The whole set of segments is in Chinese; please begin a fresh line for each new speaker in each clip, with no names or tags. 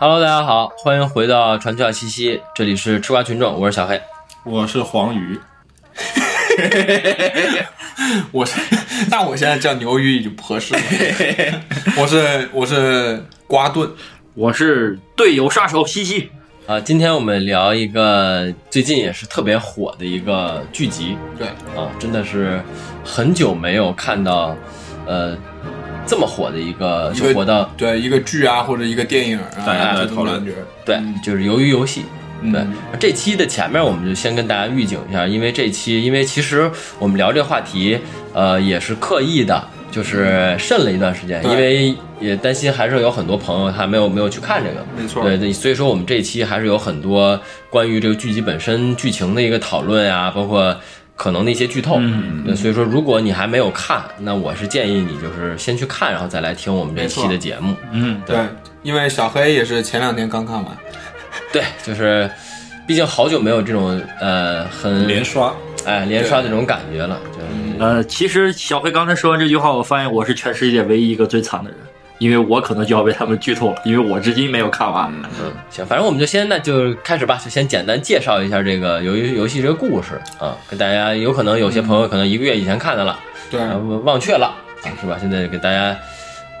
Hello，大家好，欢迎回到传教七夕，这里是吃瓜群众，我是小黑。
我是黄鱼，
我是， 那我现在叫牛鱼已经不合 适了。我是我是瓜盾，
我是队友杀手西西，
啊，今天我们聊一个最近也是特别火的一个剧集
对，
啊，真的是很久没有看到，呃，这么火的一个，
一个
就火到
对一个剧啊或者一个电影啊，
大家在
这种
讨论
感觉。
对，
嗯
就是鱿鱼游戏。
嗯
对，啊这期的前面我们就先跟大家预警一下，因为这期，因为其实我们聊这个话题，呃，也是刻意的，就是慎了一段时间，
对
因为也担心还是有很多朋友他没有没有去看这个。
没错，
对对，所以说我们这一期还是有很多关于这个剧集本身剧情的一个讨论啊，包括可能的一些剧透。
嗯
对，所以说如果你还没有看，那我是建议你就是先去看，然后再来听我们这期的节目。
嗯，
对
对，因为小黑也是前两天刚看完，
对，就是毕竟好久没有这种呃很
连刷，
哎连刷的这种感觉了，就是。
呃，其实小黑刚才说完这句话，我发现我是全世界唯一一个最惨的人，因为我可能就要被他们剧透了，因为我至今没有看完。
嗯，行，反正我们就先那就开始吧，就先简单介绍一下这个游戏游戏这个故事啊，跟大家有可能有些朋友可能一个月以前看的了，
对，
啊忘却了啊，是吧？现在给大家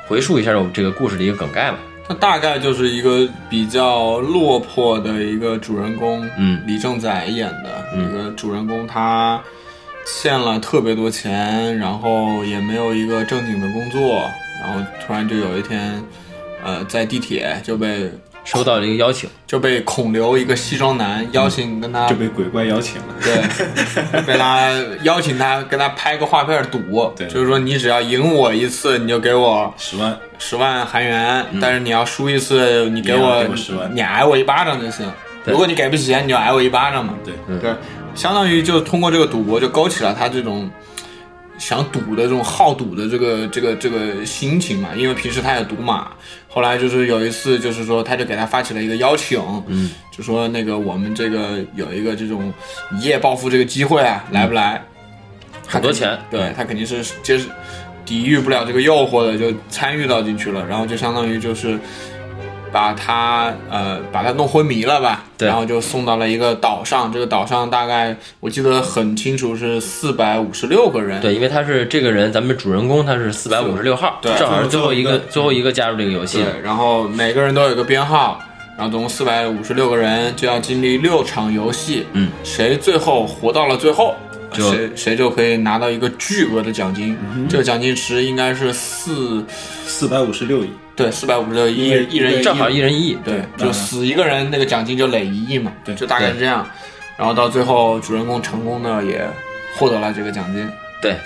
回述一下我们这个故事的一个梗概吧。
他大概就是一个比较落魄的一个主人公，
嗯
李正宰演的
嗯
一个主人公，他欠了特别多钱，然后也没有一个正经的工作，然后突然就有一天，呃，在地铁就被
收到了一个邀请，
就被孔刘一个西装男邀请跟他、
就被鬼怪邀请了。
对，被他邀请他跟他拍个画片赌，
对
就是说你只要赢我一次，你就给我
十万，
十万韩元，但是你要输一次，你给
你
我
要给我10万
你挨我一巴掌就行。
对
如果你给不起钱，你就挨我一巴掌嘛。
对，
嗯
对，相当于就通过这个赌博，就勾起了他这种想赌的这种好赌的这个这个这个心情嘛。因为平时他也赌马，后来就是有一次，就是说他就给他发起了一个邀请，
嗯，
就说那个我们这个有一个这种一夜暴富这个机会啊，来不来？
嗯很多钱，嗯
对他肯定是接抵御不了这个诱惑的，就参与到进去了，然后就相当于就是把他呃把他弄昏迷了吧，
对
然后就送到了一个岛上，这个岛上大概我记得很清楚是四百五十六个人，
对，因为他是这个人，咱们主人公他是四百五十六号，
对
正好是最后一个
最后一个
最后一个加入这个游戏的，
对，然后每个人都有一个编号，然后总共四百五十六个人就要经历六场游戏，
嗯，
谁最后活到了最后，
就
谁谁就可嗯以拿到一个巨额的奖金，这个奖金池应该是四
四百五十六亿，
对四百五十六一
因为
一人一亿
正好一人一亿，
对，嗯
当
就
然
死一个人那个奖金就累一亿嘛，
对
就大概是这样，然后到最后主人公成功的也获得了这个奖金，
对，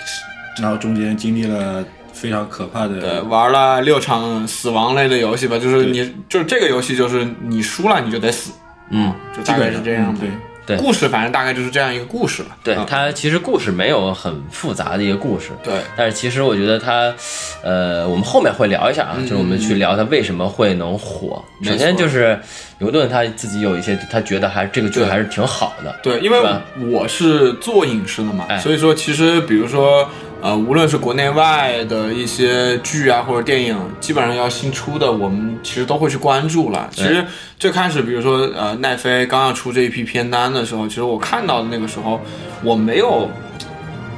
然后中间经历了非常可怕
对，
的，
呃
嗯
玩了六场死亡类的游戏吧，就是你就是这个游戏就是你输了你就得死，
嗯，
就
基
大概
本
是
上
这样
嗯
的。
对，
对
故事反正大概就是这样一个故事吧。
对
嗯
他其实故事没有很复杂的一个故事，
对
但是其实我觉得他，呃，我们后面会聊一下啊，
嗯
就是我们去聊他为什么会能火。
没错
首先就是牛顿他自己有一些，他觉得还这个剧
对
还是挺好的。
对，因为
是吧
我是做影视的嘛，
哎
所以说其实比如说呃，无论是国内外的一些剧啊或者电影，基本上要新出的，我们其实都会去关注了。其实最开始，比如说呃，奈飞刚要出这一批片单的时候，其实我看到的那个时候，我没有。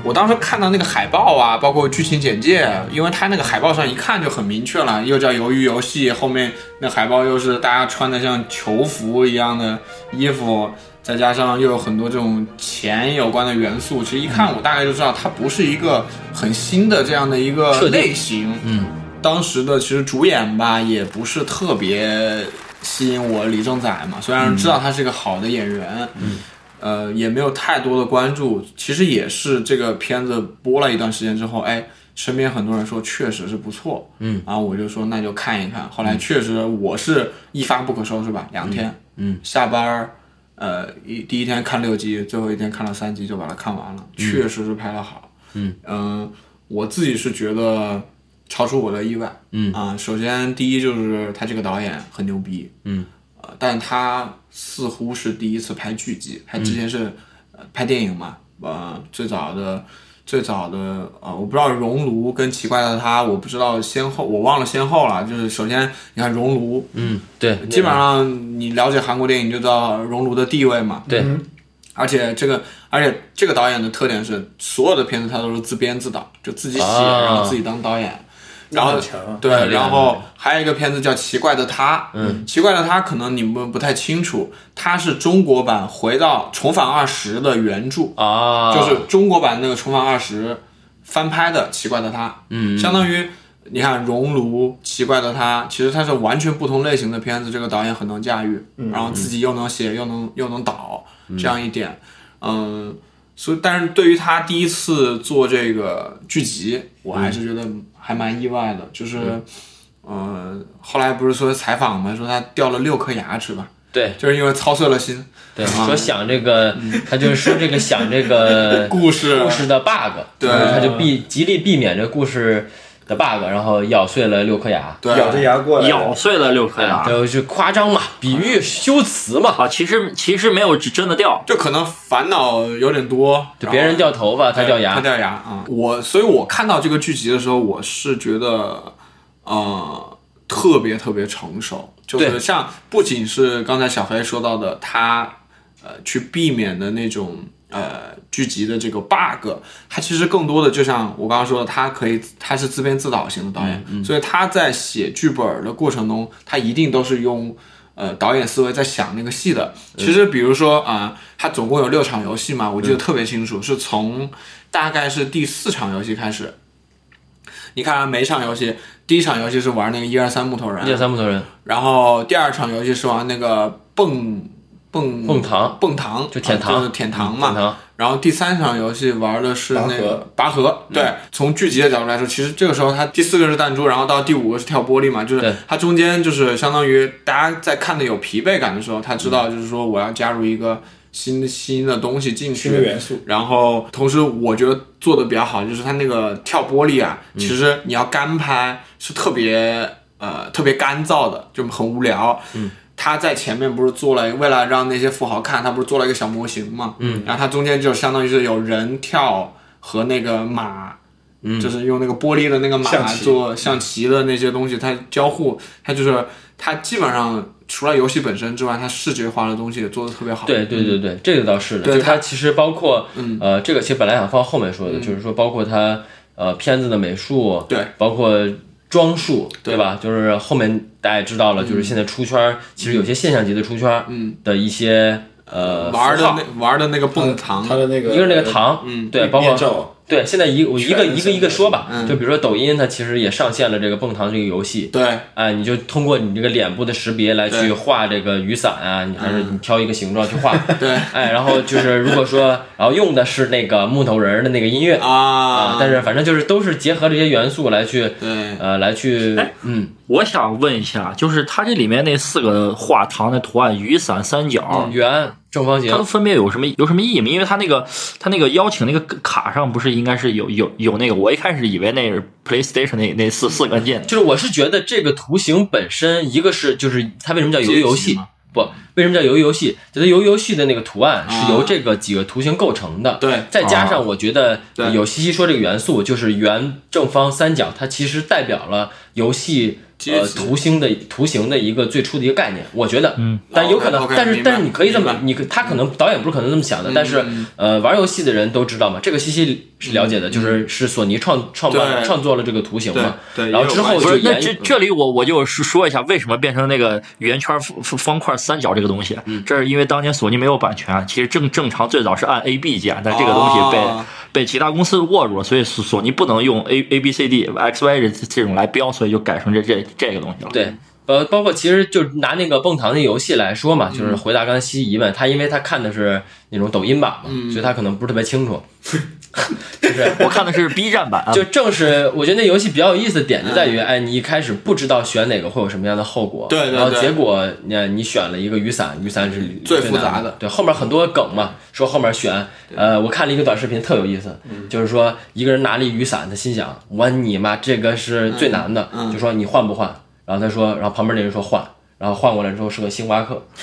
我当时看到那个海报啊，包括剧情简介，因为它那个海报上一看就很明确了，又叫《鱿鱼游戏》，后面那海报又是大家穿的像囚服一样的衣服，再加上又有很多这种钱有关的元素，其实一看我大概就知道它不是一个很新的这样的一个
设定
类型。
嗯，
当时的其实主演吧也不是特别吸引我，李正宰嘛，虽然知道他是个好的演员，嗯，呃，也没有太多的关注。其实也是这个片子播了一段时间之后，哎，身边很多人说确实是不错，
嗯，
然后我就说那就看一看。后来确实我是一发不可收拾吧，两天，
嗯
下班儿，呃，一第一天看六集，最后一天看了三集就把它看完了，确实是拍的好。
嗯
嗯我自己是觉得超出我的意外。
嗯
啊、首先第一就是他这个导演很牛逼。
嗯
呃，但他似乎是第一次拍剧集，他之前是、呃拍电影嘛，呃，最早的最早的呃，我不知道《熔炉》跟《奇怪的他》，我不知道先后，我忘了先后了。就是首先你看《熔炉
嗯，对，》，
基本上你了解韩国电影就知道《熔炉》的地位嘛。
对，
嗯
而且这个，而且这个导演的特点是，所有的片子他都是自编自导，就自己写，
啊
然后自己当导演。然后
很强啊
对
很，厉害
然后还有一个片子叫《奇怪的他》，
嗯，
《奇怪的他》可能你们不太清楚，它是中国版《回到重返二十》的原著，
啊，
就是中国版那个《重返二十》翻拍的《奇怪的他》，
嗯，
相当于你看《熔炉》《奇怪的他》，其实它是完全不同类型的片子，这个导演很能驾驭，
嗯
然后自己又能写又能又能导，这样一点，嗯，所以但是对于他第一次做这个剧集，我还是觉得还蛮意外的，就是。
嗯
呃，后来不是说采访嘛，说他掉了六颗牙齿吧，
对
就是因为操碎了心。
对，
啊嗯
说想这个，他就是说这个想这个
故事
故事的 bug，
对
就是他就避极力避免这故事的 bug，然后咬碎了六颗牙，
对，
咬着牙过来的，
咬碎了六颗
啊
牙。
就是夸张嘛，比喻修辞嘛，
啊，其实其实没有真的掉，
就可能烦恼有点多，
就别人
然后
掉头发，他掉
他
牙，
掉牙啊、我所以，我看到这个剧集的时候，我是觉得，呃，特别特别成熟，就是
对
像不仅是刚才小黑说到的，他呃去避免的那种呃剧集的这个 bug，他其实更多的就像我刚刚说的，他可以他是自编自导型的导演，
嗯
所以他在写剧本的过程中，他一定都是用。呃，导演思维在想那个戏的。其实，比如说啊、他总共有六场游戏嘛，我记
嗯
得特别清楚，是从大概是第四场游戏开始。你看、啊、每场游戏，第一场游戏是玩那个一二三木头人，
一二三木头人，
然后第二场游戏是玩那个蹦蹦
蹦糖
蹦糖，
就舔糖
啊就是舔糖嘛。
嗯舔糖
然后第三场游戏玩的是那个拔河，对。从剧集的角度来说，其实这个时候它第四个是弹珠，然后到第五个是跳玻璃嘛，就
对
是它中间就是相当于大家在看的有疲惫感的时候，他知道就是说我要加入一个新新的东西进去，
新的元素。
然后同时我觉得做的比较好，就是它那个跳玻璃啊，其实你要干拍是特别呃特别干燥的，就很无聊。嗯。他在前面不是做了，为了让那些富豪看，他不是做了一个小模型嘛？嗯，然后他中间就相当于是有人跳和那个马，嗯，就是用那个玻璃的那个马
象棋
做象棋的那些东西，它交互，它就是它基本上除了游戏本身之外，它视觉化的东西也做的特别好。
对对对对，这个倒是的，
对
就是它
它
其实包括，呃，这个其实本来想放后面说的，就是说包括它呃片子的美术，
对，
包括装束，对吧？就是后面大家也知道了，就是现在出圈儿，其实有些现象级的出圈儿，嗯，的一些呃
玩
符
的
号
那玩的那个蹦糖，
他的那个呃
一个是那个糖，嗯，对，包括
面罩，
对，现在一我一个
全
一
是
个一个说吧，就比如说抖音，它其实也上线了这个蹦糖这个游戏，
对，
哎，你就通过你这个脸部的识别来去
对
画这个雨伞啊，你还是你挑一个形状去画，
对
哎，然后就是如果说，然后用的是那个木头人儿的那个音乐
啊，
但是反正就是都是结合这些元素来去，
对
呃，来去，
哎
嗯，
我想问一下，就是它这里面那四个画糖的图案，雨伞、三角，
圆、正方
它都
形，
分别有什么有什么意义吗？因为它那个它那个邀请那个卡上不是应该是有有有那个，我一开始以为那是 PlayStation 那那四四个按键，
就是我是觉得这个图形本身，一个是就是它为什么叫游游
阶级
戏
嘛？
不，为什么叫游游戏？就是游游戏的那个图案
啊
是由这个几个图形构成的，
对
再加上我觉得
对
有西西说这个元素，就是圆、正方、三角，它其实代表了游戏。
阶
呃，
级
图形的图形的一个最初的一个概念，我觉得，嗯，但有可能，
OK，OK，
但是
哦明白
但是你可以这
明
么
白，嗯
你可他可能导演不是可能这么想的，但是呃，玩游戏的人都知道嘛，这个西西是了解的，就是是索尼创创办
嗯对
创作了这个图形嘛，
对对
然后
也有
之后
关系
不？
就是
那
沿
这这里我我就是说一下为什么变成那个圆圈、方方块、三角这个东西，
嗯
这是因为当年索尼没有版权，啊其实正正常最早是按 A B 键，呃但这个东西被、
哦
被其他公司握住了，所以索索尼不能用 A A B C D X Y 这这种来标，所以就改成这这这个东西了。
对，呃，包括其实就拿那个蹦糖那游戏来说嘛，
嗯
就是回答刚才西西疑问，他因为他看的是那种抖音版嘛，
嗯
所以他可能不是特别清楚。 就是
我看的是 B 站版啊，
就正是我觉得那游戏比较有意思的点就在于，哎，你一开始不知道选哪个会有什么样的后果，
嗯对对
然后
对
结果你你选了一个雨伞，雨伞是
最
难
复杂
的
的，嗯
对，后面很多梗嘛，说后面选，呃，我看了一个短视频特有意思，
嗯
就是说一个人拿了一雨伞，他心想，
嗯
我你妈这个是最难的，就说你换不换？然后他说，然后旁边那人说换，然后换过来之后是个星巴克，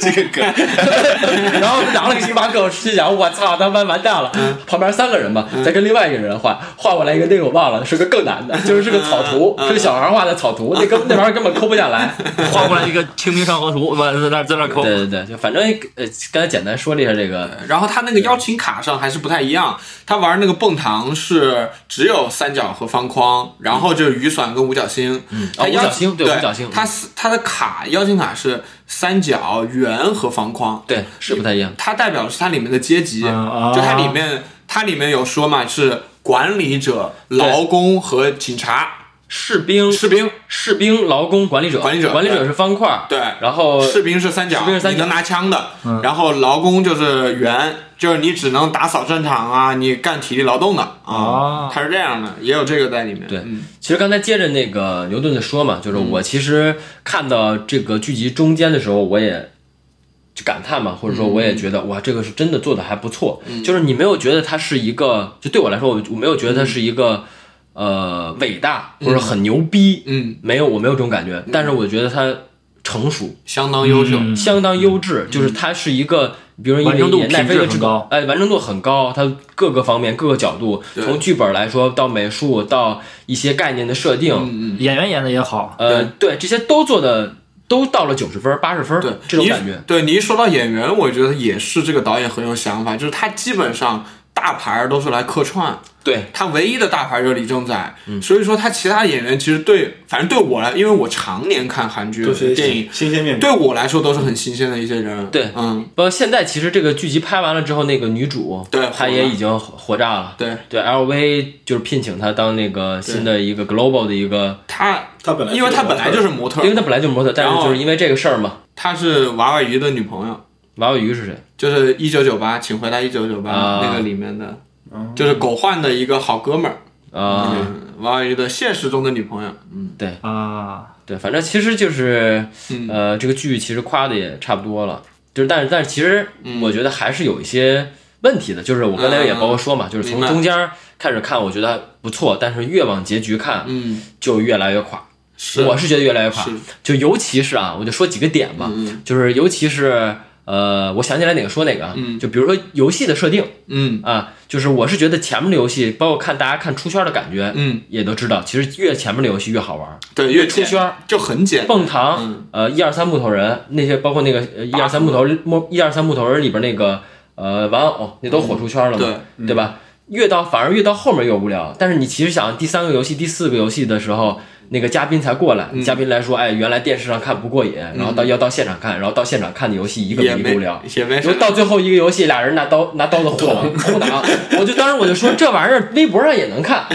这个梗，
然后拿了个星巴克，我心想我操，他妈完蛋了。
嗯
旁边三个人吧，再跟另外一个人换，换过来一个那个我忘了，是个更难的，就是是个
嗯
草图，是个小孩画的草图，那根那玩意儿根本抠不下 来。
画过来一个《清明上河图》，完在那在那抠。
对对对，就反正呃，刚才简单说了一下这个，
然后他那个邀请卡上还是不太一样，他玩那个蹦糖是只有三角和方框，然后就是雨伞跟五角星。嗯
啊五角星对
对
五角星嗯
他是他的卡邀请卡是三角、圆和方框。
对是不太一样。
它代表的是它里面的阶级，
啊
就它里面它里面有说嘛，是管理者、劳工和警察、
士兵
士兵。
士兵、劳工、管理者，
管理者
管理者是方块，
对
然后
士兵是三角，
士兵是三角嗯
你能拿枪的。然后劳工就是圆，就是你只能打扫战场啊，你干体力劳动的啊
啊，
它是这样的，也有这个在里面。
哦对
嗯，
其实刚才接着那个牛顿的说嘛，就是我其实看到这个剧集中间的时候，我也就感叹嘛，或者说我也觉得、
嗯
哇，这个是真的做的还不错。就是你没有觉得它是一个，就对我来说，我我没有觉得它是一个、呃伟大或者很牛逼，
嗯，
没有，我没有这种感觉。但是我觉得它成熟，
相当优秀。
嗯
相当优质，就是它是一个，比如说
完成度
因为奈
品质
飞的
很
制作
高，
哎，完成度很高，它各个方面、各个角度，
对
从剧本来说到美术，到一些概念的设定，
嗯
演员演的也好，
呃，对，这些都做的都到了九十分、八十分，
对，
这种
你
感觉。
对你一说到演员，我觉得也是这个导演很有想法，就是他基本上大牌儿都是来客串，
对，
他唯一的大牌就是李正宰，
嗯
所以说他其他演员其实对，反正对我来，因为我常年看韩剧
都是
电影，
新鲜面孔。
对我来说都是很新鲜的一些人。
对
嗯，
包括现在其实这个剧集拍完了之后，那个女主，
对
她
火
也
了
已经火炸了。
对
对，LV 就是聘请她当那个新的一个 global 的一个，
他，
他本来
因为他本来就是是模特
因为，她本来就模特，但
然
是
后
就是因为这个事儿嘛，
他是娃娃鱼的女朋友，
娃娃鱼是谁？
就是一九九八，请回答一九九八
啊
那个里面的，就是狗焕的一个好哥们儿，
啊、
嗯，娃娃鱼的现实中的女朋友。
啊，
对，反正其实就是，
嗯
呃，这个剧其实夸的也差不多了，就是但是但是其实
嗯
我觉得还是有一些问题的，就是我刚才也包括说嘛，就是
明
从
白
中间儿开始看，我觉得不错，但是越往结局看，
嗯，
就越来越垮。
是
我是觉得越来越垮
是，嗯
就尤其是啊，我就说几个点吧，就是尤其是呃，我想起来哪个说哪个啊，就比如说游戏的设定
嗯
啊，就是我是觉得前面的游戏，包括看大家看出圈的感觉，
嗯，
也都知道，其实越前面的游戏越好玩。
对，越
出圈儿
就很简单。
蹦糖，
嗯
呃，一二三木头人那些，包括那个呃一二三木头木一二三木头人里边那个呃玩偶，那都火出圈了嘛，
嗯对
对吧？越到反而越到后面越无聊，但是你其实想第三个游戏、第四个游戏的时候，那个嘉宾才过
嗯
来，嘉宾来说，哎，原来电视上看不过瘾，然后到要到现场看，然后到现场看的游戏一个
也
比一个
没
无聊，
也没
就
什么
到最后一个游戏，俩人拿刀拿刀子互打互打，我就当时我就说这玩意儿微博上也能看，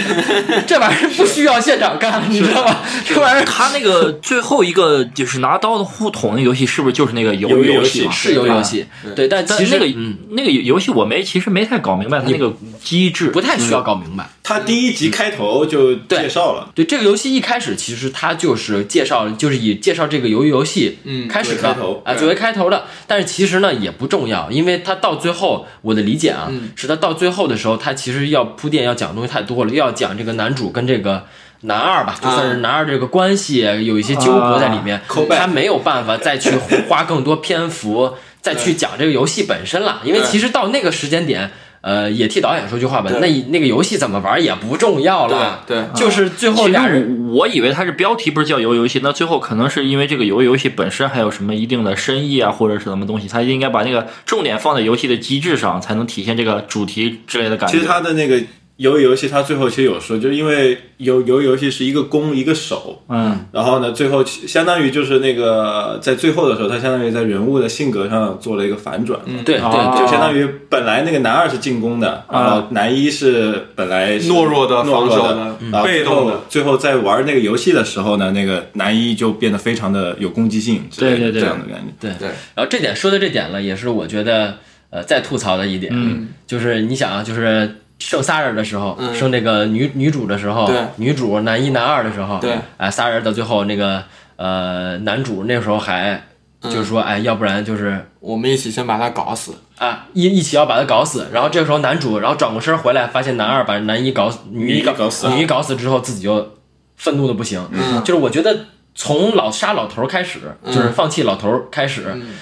这玩意儿不需要现场看，你知道吗？这玩意儿
他那个最后一个就是拿刀子互捅那游戏，是不是就 是那个鱿
鱿鱼游
戏
戏
嘛？
是有游戏，对，但
但
其实
那个那个游戏我没其实没太搞明白它那个机制，
不太需要搞明白。
他第一集
嗯
开头就介绍了，
对这个游戏一开始其实它就是介绍，就是以介绍这个鱿鱼游戏
嗯
开始
作为
的
开头
啊
对
作为开头的，但是其实呢也不重要，因为它到最后我的理解啊，
嗯
是它到最后的时候，它其实要铺垫要讲的东西太多了，又要讲这个男主跟这个。男二吧，就算
啊
是男二这个关系有一些纠葛在里面，
callback
他没有办法 再去花更多篇幅再去讲这个游戏本身了，因为
对
其实到那个时间点，呃，也替导演说句话吧，
对
那那个游戏怎么玩也不重要了，
对对
就是最后
其实
俩人
我我以为它是标题不是叫游游戏，那最后可能是因为这个游游戏本身还有什么一定的深意啊，或者是什么东西，它应该把那个重点放在游戏的机制上，才能体现这个主题之类的感觉。
其实他的那个鱿鱼游戏，他最后其实有说，就是因为游鱿鱼游戏是一个攻一个守，
嗯，
然后呢，最后其相当于就是那个在最后的时候，他相当于在人物的性格上做了一个反转，
嗯
对对
啊
对
就相当于本来那个男二是进攻的，然后男一是本来是
懦弱的
懦弱
防守
的
的，嗯
然后
被
最
动的
后最后在玩那个游戏的时候呢，那个男一就变得非常的有攻击性之类的，
对对对
这样的感觉。
对
对
然后这点说到这点了，也是我觉得呃再吐槽的一点，嗯就是你想啊，就是剩仨人的时候，剩那个女女主的时候
嗯对，
女主男一男二的时候，
对
哎仨人到最后那个呃男主那时候还
嗯
就是说哎，要不然就是。
我们一起先把他搞死。
啊，一一起要把他搞死，然后这个时候男主，然后转过身回来，发现男二把男一搞死，女一嗯
女一搞死
嗯
女一搞死之后，自己就愤怒的不行。就是我觉得从老杀老头儿开始，就是放弃老头儿开始，
嗯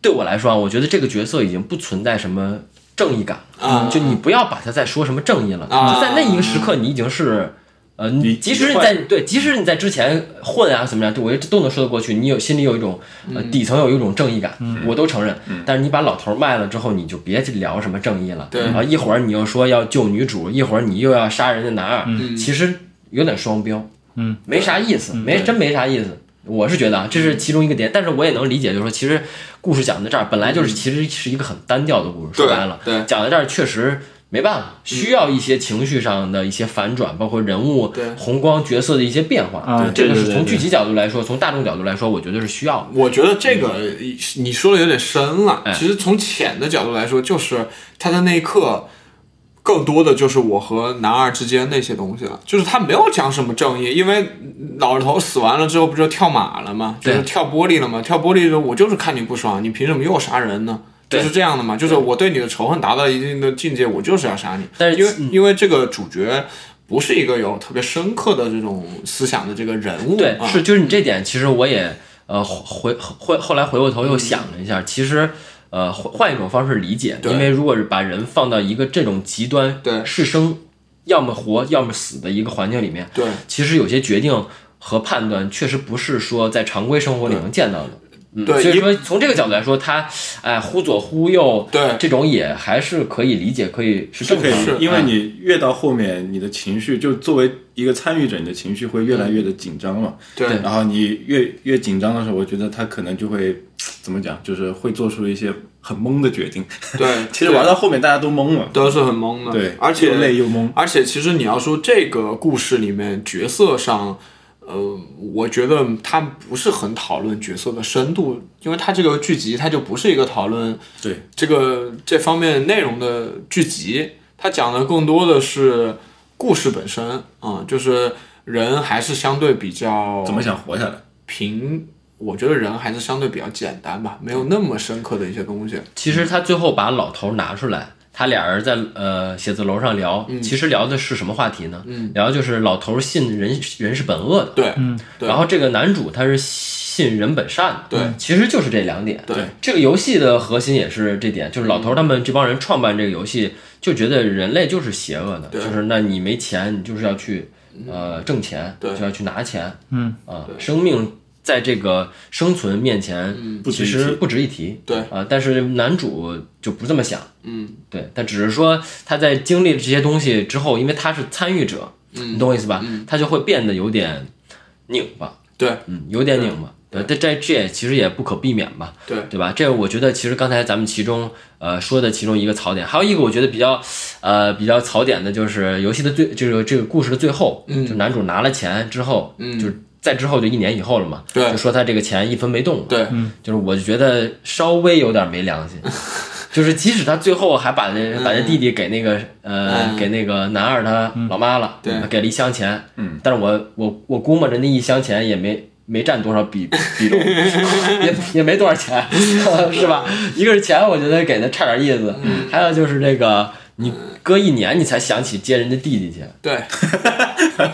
对我来说啊，我觉得这个角色已经不存在什么正义感
啊
就你不要把他再说什么正义了，
啊
就在那一个时刻，你已经是。呃，你即使你在对，即使你在之前混啊怎么样，我觉得这都能说得过去。你有心里有一种呃
嗯
底层有一种正义感，我都承认。但是你把老头儿卖了之后，你就别去聊什么正义了。
对
啊，一会儿你又说要救女主，一会儿你又要杀人家男二，
嗯
其实有点双标。没啥意思，没真没啥意思。我是觉得啊，这是其中一个点，但是我也能理解，就是说，其实故事讲到这儿，本来就是其实是一个很单调的故事。
嗯对
说白了，
对
讲到这儿确实没办法，需要一些情绪上的一些反转，包括人物
对
宏光角色的一些变化。
啊
这个
对对
是
对
从
对
剧集角度来说，从大众角度来说，我觉得是需要的。
我觉得这个你说的有点深了。
哎
其实从浅的角度来说，就是他在那一刻，更多的就是我和男二之间那些东西了。就是他没有讲什么正义，因为老头死完了之后不就跳马了吗？就
对
是跳玻璃了吗？跳玻璃的时候，我就是看你不爽，你凭什么又杀人呢？就
对
是这样的嘛，就是我对你的仇恨达到一定的境界，我就是要杀你。
但是嗯
因为、因为这个主角不是一个有特别深刻的这种思想的这个人物，
对，
啊、
是就是你这点，其实我也呃回回后来回过头又想了一下，其实。呃，换换一种方式理解，
对
因为如果是把人放到一个这种极端
对
是生，要么活，要么死的一个环境里面，
对。
其实有些决定和判断确实不是说在常规生活里能见到的。嗯，
对
所以
因
说从这个角度来说，他哎忽左忽右，
对
这种也还是可以理解，可以是
是
正
嗯可
常
以
的。
是，
因为你越到后面，你的情绪就作为一个参与者，你的情绪会越来越的紧张嘛。
对
嗯
然后你越越紧张的时候，我觉得他可能就会怎么讲，就是会做出一些很懵的决定。
对
其实玩到后面大家都懵了，
都是很懵的，
对
而且
又累又懵
而且其实你要说这个故事里面角色上，呃，我觉得他不是很讨论角色的深度，因为他这个剧集它就不是一个讨论
对
这个这方面内容的剧集，它讲的更多的是故事本身啊、嗯就是人还是相对比较
怎么想活下来？
平。我觉得人还是相对比较简单吧，没有那么深刻的一些东西。
其实他最后把老头拿出来，他俩人在呃写字楼上聊，
嗯
其实聊的是什么话题呢？聊的就是老头信人人是本恶的，
对，嗯，对
然后这个男主他是信人本善的，
对，
其实就是这两点。
对，嗯
这个游戏的核心也是这点，就是老头他们这帮人创办这个游戏，就觉得人类就是邪恶的，就是那你没钱，你就是要去呃挣钱，
嗯对
就要去拿钱，嗯啊，生命在这个生存面前，其实不值一提，
嗯对
啊，但是男主就不这么想，嗯，对，但只是说他在经历了这些东西之后，因为他是参与者，
嗯
你懂我意思吧？他就会变得有点拧巴，
对，
嗯，有点拧巴。对，这这这也其实也不可避免吧，
对
对吧？这我觉得其实刚才咱们其中呃说的其中一个槽点，还有一个我觉得比较呃比较槽点的就是游戏的最就是这个故事的最后，嗯，就男主拿了钱之后，嗯，就是在之后就一年以后了嘛，
对
就说他这个钱一分没动，
对，
就是我就觉得稍微有点没 良心，就是即使他最后还把那把那弟弟给那个呃
嗯
给那个男二他老妈了，
对
给了一箱钱，嗯，但是我我我估摸着那一箱钱也没。没占多少 比比重，也也没多少钱， 是吧？一个是钱，我觉得给的差点意思，
嗯
还有就是这个，你隔一年你才想起接人家弟弟去，
对，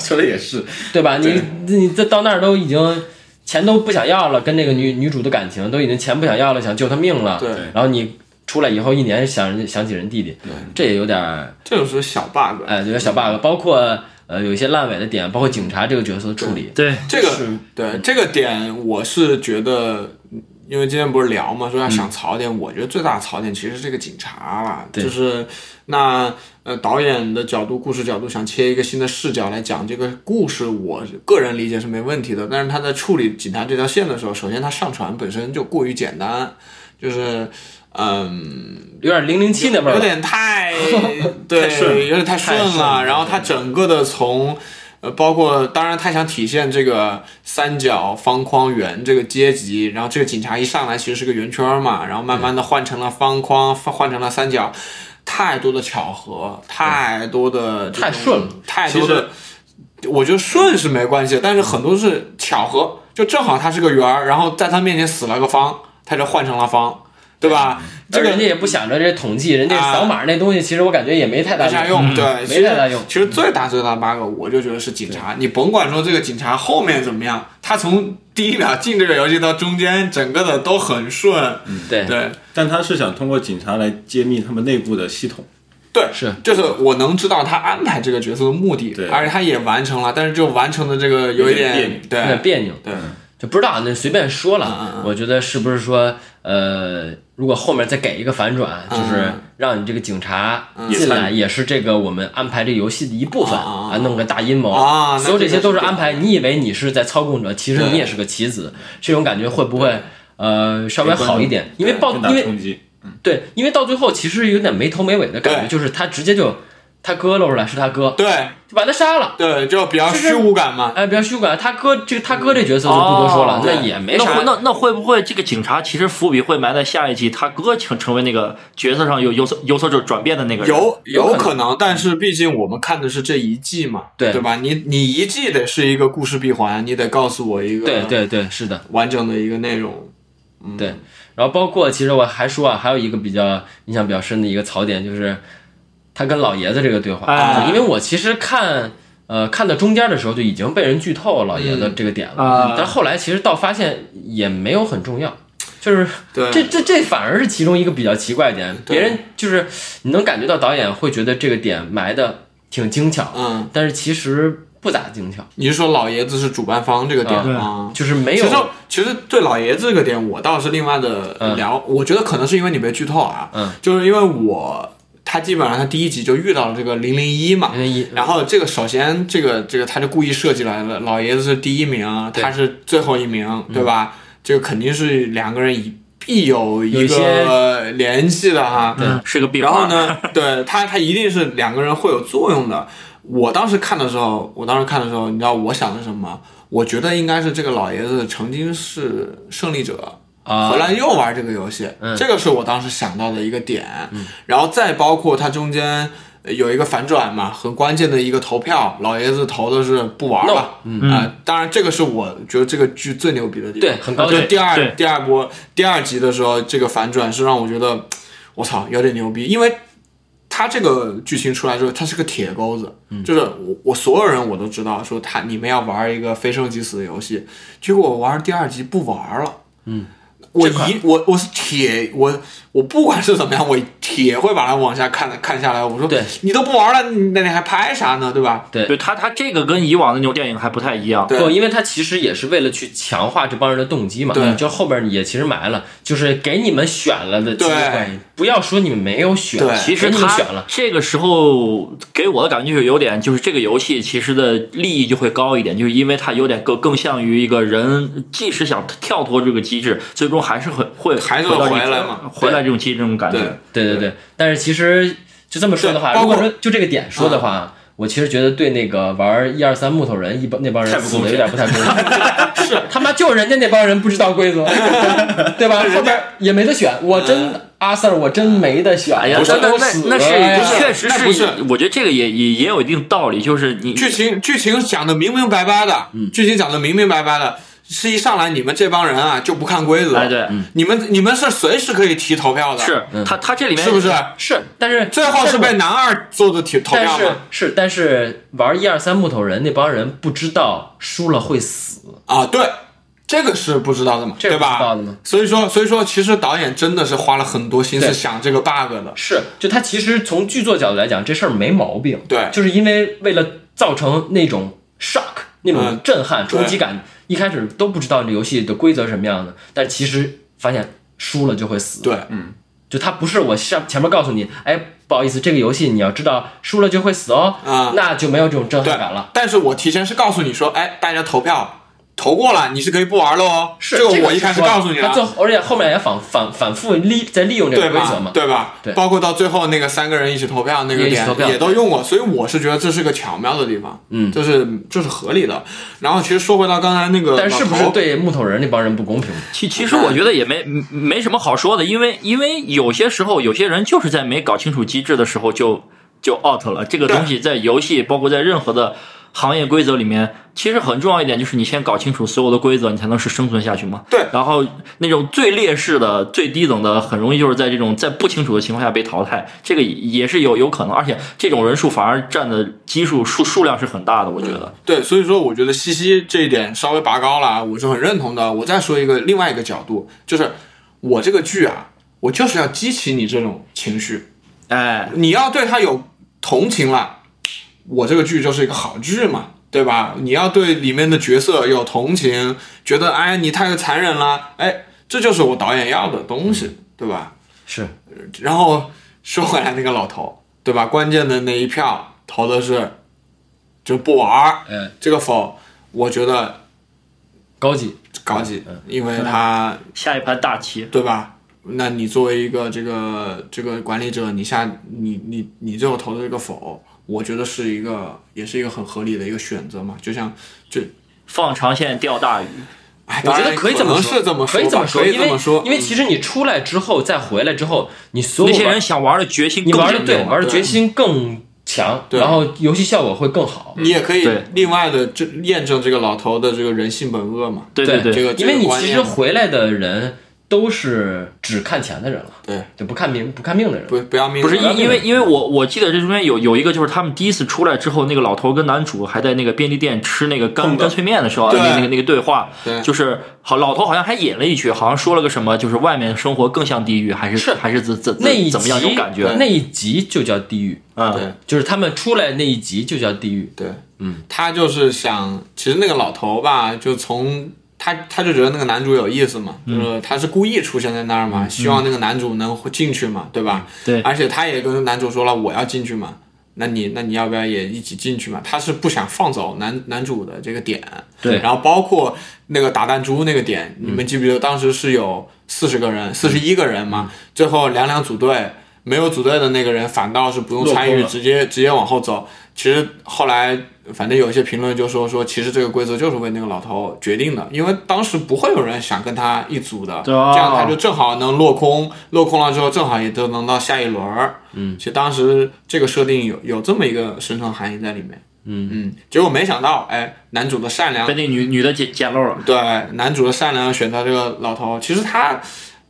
说的也是，
对吧？你你这到那儿都已经钱都不想要了，跟那个女女主的感情都已经钱不想要了，想救她命了。
对
然后你出来以后一年想人家想起人弟弟，这也有点儿
这就是小 bug。
哎，有点小 bug。包括呃有一些烂尾的点，包括警察这个角色的处理，
对，
这个对这个点，我是觉得，因为今天不是聊嘛，说要想槽点，我觉得最大的槽点其实是这个警察啦，就是那呃导演的角度、故事角度想切一个新的视角来讲这个故事，我个人理解是没问题的，但是他在处理警察这条线的时候，首先他上传本身就过于简单，就是嗯。
有点零零七那味
有
儿。
点 太对，有点太顺了。然后它整个的从呃，包括当然他想体现这个三角、方框、圆这个阶级，然后这个警察一上来其实是个圆圈嘛，然后慢慢的换成了方框，换换成了三角，太多的巧合，太多的这种
太顺了，
太多的。我觉得顺是没关系，但是很多是巧合，就正好他是个圆儿，然后在他面前死了个方，他就换成了方，对吧？这
这
个
个人家也不想着这统计，人家
啊
扫码那东西，其实我感觉也没太大
没啥用，对，其实
太大用嗯
其实最大最大的 bug，我就觉得是警察。你甭管说这个警察后面怎么样，他从第一秒进这个游戏到中间，整个的都很顺。
对
对
但他是想通过警察来揭秘他们内部的系统。
对，
是
就是我能知道他安排这个角色的目的
对，
而且他也完成了，但是就完成的这个有一
有
点
点嗯
有点
对
别扭，
对
就不知道那随便说
嗯
了。我觉得是不是说呃，如果后面再给一个反转，
嗯
就是让你这个警察进来，也是这个我们安排这游戏的一部分
啊
啊，弄个大阴谋
啊那
所有这些都是
这个是
安排。你以为你是在操控者，其实你也是个棋子，这种感觉会不会呃稍微好一点？因为报
更大
因为
冲击，
对，因为到最后其实有点没头没尾的感觉，
对
就是他直接就他哥露出来是他哥，
对
就把他杀了。
对，就比较
就是
虚无感嘛。
哎，不要虚感，他哥这个他哥这角色就不多说了，
哦
那也没
那
啥
会。那那会不会这个警察其实伏笔会埋在下一集，他哥成成为那个角色上有有所有所转转变的那个人？
有有
呃有
可
可
能，但是毕竟我们看的是这一季嘛，
对
对吧？你你一季得是一个故事闭环，你得告诉我一个
对对对，是的，
完整的一个内容。
对。然后包括其实我还说啊，还有一个比较印象比较深的一个槽点就是，他跟老爷子这个对话，
哎
因为我其实看呃看到中间的时候就已经被人剧透老爷子这个点了，
啊
但后来其实到发现也没有很重要。就是
对
这这这反而是其中一个比较奇怪的点，
对
别人就是你能感觉到导演会觉得这个点埋的挺精巧，
嗯，
但是其实不咋精巧，
你是说老爷子是主办方这个点
啊
对
吗？
就是没
其
有
实其实对老爷子这个点，我倒是另外的聊。我觉得可能是因为你被剧透啊，
嗯，
就是因为我他基本上他第一集就遇到了这个零零一嘛，
零零一
然后这个首先这个这个他就故意设计来了，老爷子是第一名，
对嗯
他是最后一名，对吧？这个肯定是两个人一必有
有
一
一些
个联系的哈，
嗯，是个壁画。
然后？呢， 对他，他一定是两个人会有作用的。我当时看的时候，我当时看的时候，你知道我想的什么？我觉得应该是这个老爷子曾经是胜利者，
啊嗯
回来又玩这个游戏，这个是我当时想到的一个点。然后再包括它中间呃有一个反转嘛，很关键的一个投票，老爷子投的是不玩了，啊、当然这个是我觉得这个剧最牛逼的地方，
嗯
呃
对很高兴
就第二
对
第二波第二集的时候，这个反转是让我觉得，我操，有点牛逼，因为他这个剧情出来之后，他是个铁钩子，
嗯
就是我我所有人我都知道，说他你们要玩一个非胜即死的游戏，结果我玩第二集不玩了，嗯，我一我我是铁我我不管是怎么样，我铁会把它往下看看下来，我说
对
你都不玩了，你那你还拍啥呢，对吧？
对
对他，他这个跟以往的那种电影还不太一样。
对
不，因为他其实也是为了去强化这帮人的动机嘛。
对
就后边也其实埋了，就是给你们选了的机
对
会，不要说你们没有选
对，
其实
给你们
他
选了。
这个时候给我的感觉就是有点，就是这个游戏其实的利益就会高一点，就是因为它有点更更像于一个人，即使想跳脱这个机制，最终还是会会
还是
回到
会
这
回来
种
嘛
回来这种机制这种感
对
觉。
对对对，但是其实就这么说的
对
话，
包
如
括啊
果说就这个点说的话。我其实觉得对那个玩一二三木头人一帮那帮人死的有点不太公 平，是他妈就是人家那帮人不知道规则，对吧？后边也没得选，我真
嗯
阿 Sir 我真没得选，
哎呀，
我
那
真
那
都
那
死
那
了呀
是确实
那不是
我觉得这个也也也有一定道理，就是你
剧情剧情讲的明明白白的，
嗯
剧情讲的明明白白的，是一上来你们这帮人啊就不看规则，
哎对嗯
你们你们是随时可以提投票的，
是他他这里面
是不是？啊
是，但是
最后
但
是
我
被男二做的提投
但
票
是
吗？
是，但是玩一二三木头人那帮人不知道输了会死，
啊，对，这个是不知道的嘛，
这
对
个
吧？
不知道的嘛
所以说，所以说，其实导演真的是花了很多心思
对
想这个 bug 的，
是，就他其实从剧作角度来讲，这事儿没毛病，
对
就是因为为了造成那种 shock 那
嗯
种震撼、冲击感，一开始都不知道这游戏的规则是什么样的，但其实发现输了就会死，
对，
就他不是我上前面告诉你，哎，不好意思，这个游戏你要知道输了就会死哦，
啊
那就没有这种震
对
撼感了。。
但是我提前是告诉你说，哎，大家投票投过了，你是可以不玩了哦。
是
这
这
我一开始
说
告诉你
他最
了。
后而且后面也反反反复利在利用这
对
个规则
吧
嘛？，
对吧？
对
包括到最后那个三个人一起投票那个
也一起
点
投票
也都用过，所以我是觉得这是个巧妙的地方，嗯，这是这是合理的。然后其实说回到刚才那个老头，
但是不是对木头人那帮人不公平？
其其实我觉得也没没没什么好说的，因为因为有些时候有些人就是在没搞清楚机制的时候就就 out 了，这个东西在游戏包括在任何的行业规则里面，其实很重要一点就是你先搞清楚所有的规则，你才能是生存下去嘛。
对
然后那种最劣势的、最低等的，很容易就是在这种在不清楚的情况下被淘汰，这个也是有有可能，而且这种人数反而占的基数数数量是很大的，我觉得。
对，所以说我觉得西西这一点稍微拔高了啊，我是很认同的。我再说一个另外一个角度，就是我这个剧啊，我就是要激起你这种情绪，
哎，
你要对他有同情了，我这个剧就是一个好剧嘛，对吧？你要对里面的角色有同情，觉得哎你太残忍了，哎，这就是我导演要的东西，对吧？
是
然后说回来那个老头，对吧？关键的那一票投的是就不玩儿，
嗯，
这个否，我觉得
高级，
高级，
嗯
因为他
下一盘大棋，
对吧？那你作为一个这个这个管理者，你下你你你最后投的这个否，我觉得是一个也是一个很合理的一个选择嘛。就像就
放长线钓大鱼。
哎，
我觉
当
得
然
可以这
能
么
是这
可
么说
以
吧，
这么
可以
因
这
为
么说，
因为其实你出来之后再回来之后，你所有
那些
玩
人想玩的决心
你
更
玩的
坚
对，
定了
玩的
对
决心更强，
对
然后游戏效果会更好。
你也可以
对
另外的这验证这个老头的这个人性本恶嘛。
对对，
这个
因为
这个
你
观
其
念
实
嘛
回来的人都是只看钱的人了，
对，
就不看命不看命的人了。
不不要命
不是
了
因因为因为我我记得这中间有有一个就是他们第一次出来之后，那个老头跟男主还在那个便利店吃那个干
碰到
干脆面的时候，啊
对
那那个那个对话，
对
就是好老头好像还演了一句，好像说了个什么，就是外面生活更像地狱，还是
是
还是怎怎
那一集
怎怎么样一种感觉？
那一集就叫地狱，
嗯
对，
就是他们出来那一集就叫地狱。
对，嗯，他就是想，其实那个老头吧，就从他他就觉得那个男主有意思嘛，就是他是故意出现在那儿嘛，希望那个男主能进去嘛，对吧？
对
而且他也跟男主说了，我要进去嘛。那你那你要不要也一起进去嘛？他是不想放走男男主的这个点，
对
然后包括那个打弹珠那个点，你们记不记得当时是有四十个人，四十一个人嘛？最后两两组队，没有组队的那个人反倒是不用参与，
落空了
直接直接往后走。其实后来，反正有一些评论就说说，其实这个规则就是为那个老头决定的，因为当时不会有人想跟他一组的，
对啊
这样他就正好能落空，落空了之后正好也都能到下一轮儿。嗯，其实当时这个设定有有这么一个深层含义在里面。嗯嗯，结果没想到，哎，男主的善良
被那女女的捡捡漏了。
对男主的善良选择这个老头，其实他，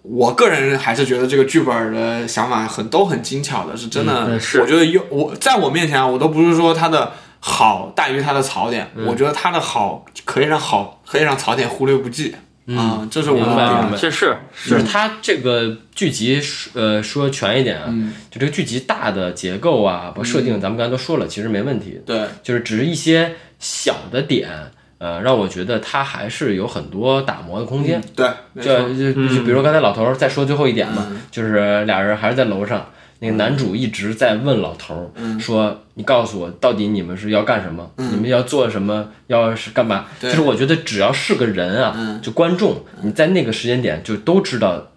我个人还是觉得这个剧本的想法很都很精巧的，是真的。
嗯是
我觉得有我在我面前啊，我都不是说他的好大于他的槽点，我觉得他的好可以让好可以让槽点忽略不计啊、这是我
明白
的
明
点
白。
这是
就是它这个剧集，呃，说全一点啊，就这个剧集大的结构啊，包括设定，咱们刚才都说了，其实没问题。
对，
就是只是一些小的点，呃，让我觉得它还是有很多打磨的空间。
对，没
就
错，嗯
就就比如刚才老头儿再说最后一点嘛，就是俩人还是在楼上，那个男主一直在问老头儿、
嗯
说：“你告诉我，到底你们是要干什么？你们要做什么？要是干嘛？”
对
就是我觉得只要是个人啊，
嗯
就观众，你在那个时间点就都知道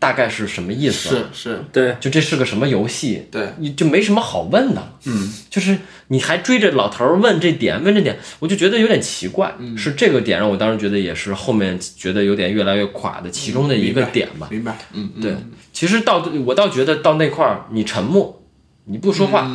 大概是什么意思
是
了，
是，
对
就这是个什么游戏。
对。
你就没什么好问的，嗯，就是你还追着老头儿问这点问这点，我就觉得有点奇怪，
嗯
是这个点让我当时觉得也是后面觉得有点越来越垮的其中的一个点吧。
明白，嗯，嗯
对，其实到我倒觉得到那块儿你沉默，你不说
嗯
话，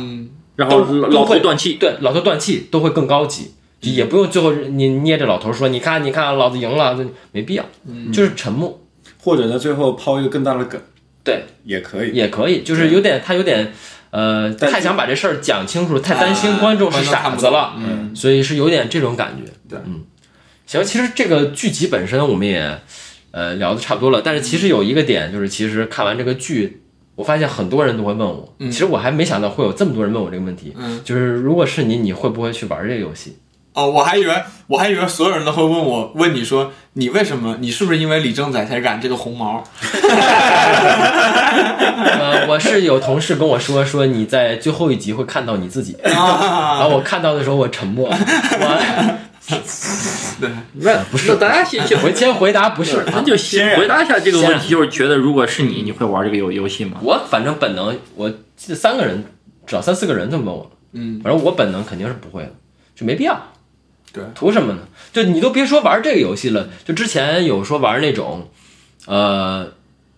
然后
都
老
都
老头
会
断气，
对，老头断气都会更高级，
嗯
也不用最后你捏着老头儿说你看你看老子赢了，这没必要，
嗯
就是沉默，
或者呢，最后抛一个更大的梗
对，
也可以。
也可以，就是有点他有点。呃，
但
太想把这事儿讲清楚，太担心
啊
观众是
观众看
傻
不
子
懂
了，
嗯
所以是有点这种感觉。
对
嗯，行，其实这个剧集本身我们也呃聊的差不多了，但是其实有一个点就是，其实看完这个剧，我发现很多人都会问我，
嗯
其实我还没想到会有这么多人问我这个问题，
嗯
就是如果是你，你会不会去玩这个游戏？
哦，我还以为我还以为所有人都会问我，问你说你为什么，你是不是因为李正宰才染这个红毛？
呃，我是有同事跟我说，说你在最后一集会看到你自己，
啊
然后我看到的时候我沉默， 我
那不是大家先先
我先回答不是啊。
就先回答一下这个
先
问题，就是觉得如果是你，你会玩这个游游戏吗？
我反正本能，我记得三个人，至少三四个人都问我了。
嗯，
反正我本能肯定是不会的，就没必要。
对
图什么呢？就你都别说玩这个游戏了，就之前有说玩那种，呃，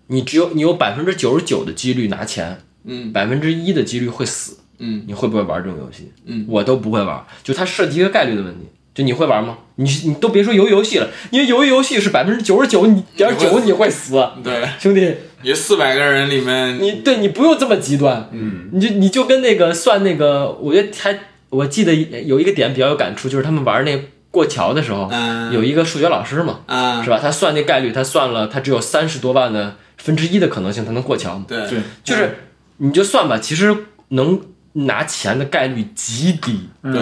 你只有你有百分之九十九的几率拿钱，
嗯
百分之一的几率会死，嗯，你会不会玩这种游戏？嗯，我都不会玩，就它涉及一个概率的问题。就你会玩吗？你你都别说游游戏了，因为游游戏是百分之九十九点九你会死，啊
对，
兄弟，
你四百个人里面，
你对你不用这么极端，嗯，你就你就跟那个算那个，我觉得还我记得有一个点比较有感触，就是他们玩那过桥的时候，
嗯
有一个数学老师嘛，
啊，
是吧？他算那概率，他算了，他只有三十多万的分之一的可能性，他能过桥嘛？
对，
对，
就是你就算吧，其实能拿钱的概率极低，
对，